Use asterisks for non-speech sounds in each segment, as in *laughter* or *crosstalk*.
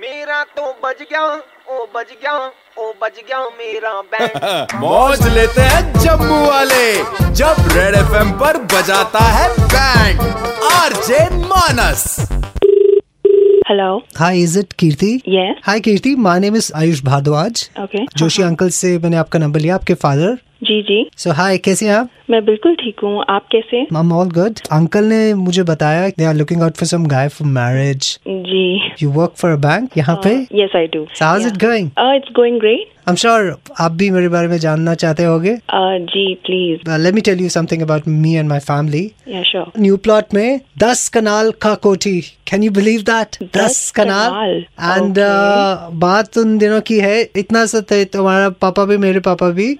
मेरा तो बज गया ओ बज गया ओ बज गया मेरा बैंड मौज लेते हैं जम्मू वाले जब रेड एफएम पर बजाता है band RJ Manas Hello. Hi is it Kirti Yes. Hi Kirti my name is Ayush Bhardwaj Okay. Joshi uncle से मैंने आपका नंबर लिया आपके फादर जी जी सो हाय कैसे हैं आप मैं बिल्कुल ठीक हूँ आप कैसे मैम ऑल गुड अंकल ने मुझे बताया they are looking out for some guy for marriage जी Uh, you work for a bank यहाँ पे yes I do So how's it going? It's going great I am sure आप भी मेरे बारे में जानना चाहते Uh, होगे Uh, जी please let me tell you something about me and my family या श्योर न्यू प्लॉट में दस कनाल का कोठी कैन यू बिलीव दैट दस कनाल कनाल, एंड बात उन दिनों की है इतना सत्य है तुम्हारा पापा भी मेरे पापा भी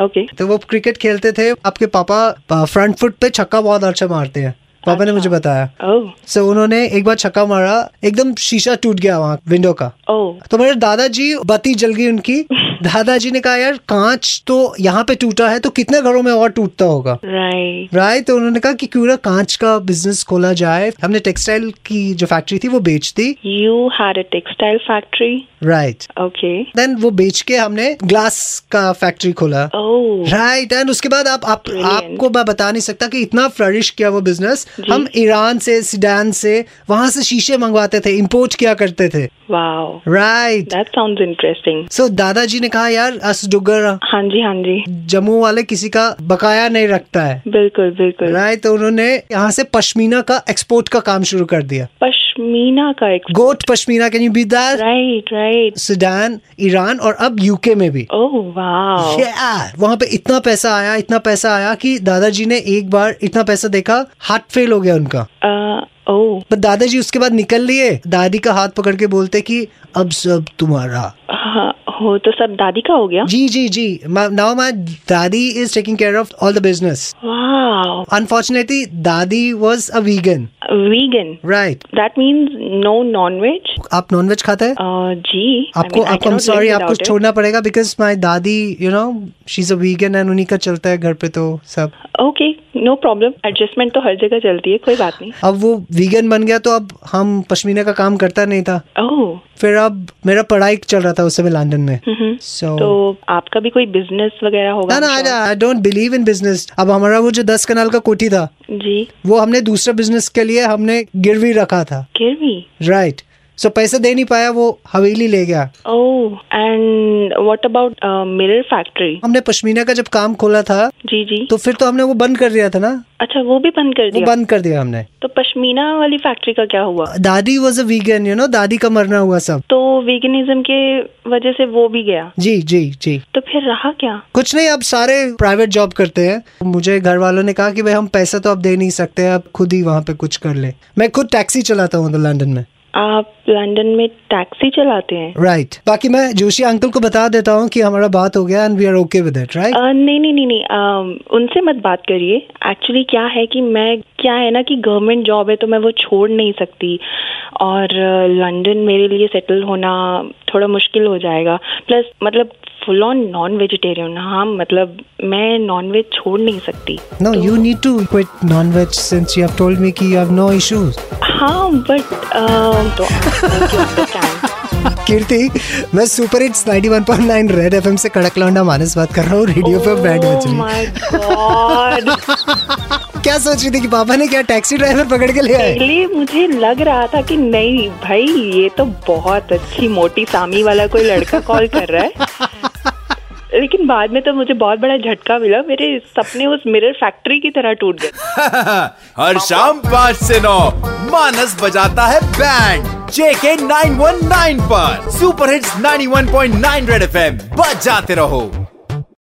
ओके तो वो क्रिकेट खेलते थे आपके पापा फ्रंट फुट पे छक्का बहुत अच्छा मारते हैं पापा ने मुझे बताया ओह सो उन्होंने एक बार छक्का मारा एकदम शीशा टूट गया वहाँ विंडो का ओह तो मेरे दादाजी बत्ती जल गई *laughs* उनकी दादाजी ने कहा यार कांच तो यहाँ पे टूटा है तो कितने घरों में और टूटता होगा राइट राय तो उन्होंने कहा कि क्यों ना कांच का बिजनेस खोला जाए हमने टेक्सटाइल की जो फैक्ट्री थी वो बेच दी you had a textile factory right okay then वो बेच के हमने ग्लास का फैक्ट्री खोला ओह राइट एंड उसके बाद आप, आप Brilliant. आपको मैं बता नहीं सकता कि इतना फ्लरिश किया वो बिजनेस जी। हम ईरान से सीडान से वहां से शीशे मंगवाते थे इम्पोर्ट किया करते थे wow right that sounds interesting so दादाजी ने कहा यार अस डुगर हाँ जी हाँ जी जम्मू वाले किसी का बकाया नहीं रखता है बिल्कुल बिल्कुल राइट तो उन्होंने यहाँ से पश्मीना का एक्सपोर्ट का काम शुरू कर दिया पश्मीना का एक goat pashmina can you be that right right Sudan Iran और अब यूके में भी ओह वाओ Yeah! वहाँ पे इतना पैसा आया इतना पैसा आया कि दादाजी ने एक बार इतना पैसा देखा हार्ट फेल हो गया उनका Uh, ओह पर दादाजी उसके बाद निकल लिए दादी का हाथ पकड़ के बोलते कि अब सब तुम्हारा हाँ, हो तो सब दादी का हो गया जी जी जी now my dadi is taking care of all the business wow unfortunately dadi was a vegan vegan. Right That means no non-veg. आप नॉनवेज खाते हैं Uh, gee. I आपको mean, I आपको I'm cannot sorry live आपको without it. छोड़ना पड़ेगा because my dadi you know she is a vegan and उन्हीं का चलता है घर पे तो सब Okay, no problem. Adjustment तो हर जगह चलती है कोई बात नहीं. अब वो वीगन बन गया तो अब हम पश्मीना का काम करता नहीं था Oh, फिर अब मेरा पढ़ाई चल रहा था उस समय लंदन में हम्म, सो तो आपका भी कोई बिजनेस वगैरह होगा? ना ना I'm I don't believe in business अब हमारा वो जो दस कनाल का कोठी था sure. जी. वो हमने दूसरा बिजनेस के लिए हमने गिरवी रखा था Kirby. राइट सो पैसा दे नहीं पाया वो हवेली ले गया Oh, and what about uh, mirror factory? हमने पश्मीना का जब काम खोला था जी जी. तो फिर तो हमने वो बंद कर दिया था ना अच्छा वो भी बंद कर वो दिया. बंद कर दिया हमने तो पश्मीना वाली फैक्ट्री का क्या हुआ? दादी was a vegan you know दादी का मरना हुआ सब तो वीगनिज्म के वजह से वो भी गया. जी जी जी तो फिर रहा क्या? कुछ नहीं अब सारे प्राइवेट जॉब करते हैं मुझे घर वालों ने कहा कि भाई हम पैसा तो अब दे नहीं सकते अब खुद ही वहाँ पे कुछ कर ले मैं खुद टैक्सी चलाता हूँ लंदन में आप लंदन में टैक्सी चलाते हैं? Right right. बाकी मैं जोशी अंकल को बता देता हूँ कि हमारा बात हो गया and we are okay with it right uh, Uh, नहीं नहीं नहीं नहीं अम, उनसे मत बात करिए एक्चुअली क्या है कि मैं क्या है ना कि गवर्नमेंट जॉब है तो मैं वो छोड़ नहीं सकती और अ, लंदन मेरे लिए सेटल होना थोड़ा मुश्किल हो जाएगा प्लस मतलब फुल ऑन नॉन वेजिटेरियन हाँ मतलब मैं नॉन वेज छोड़ नहीं सकती no you need to quit non veg since you have told me कि यू हैव नो इश्यूज हाँ बट तो understand. *laughs* कीर्ति मैं सुपर हिट्स 91.9 रेड एफएम से कड़क लौंडा मानस बात कर रहा हूँ रेडियो पर बैंड बज Oh रही है। my God. क्या सोच रही थी कि पापा ने क्या टैक्सी ड्राइवर पकड़ के ले आए पहले मुझे लग रहा था कि नहीं भाई ये तो बहुत अच्छी मोटी सामी वाला कोई लड़का कॉल कर रहा है लेकिन बाद में तो मुझे बहुत बड़ा झटका मिला मेरे सपने उस मिरर फैक्ट्री की तरह टूट गए *laughs* हर शाम पाँच से नौ मानस बजाता है बैंड जेके 919 पर सुपर हिट्स 91.9 रेड एफएम बजाते रहो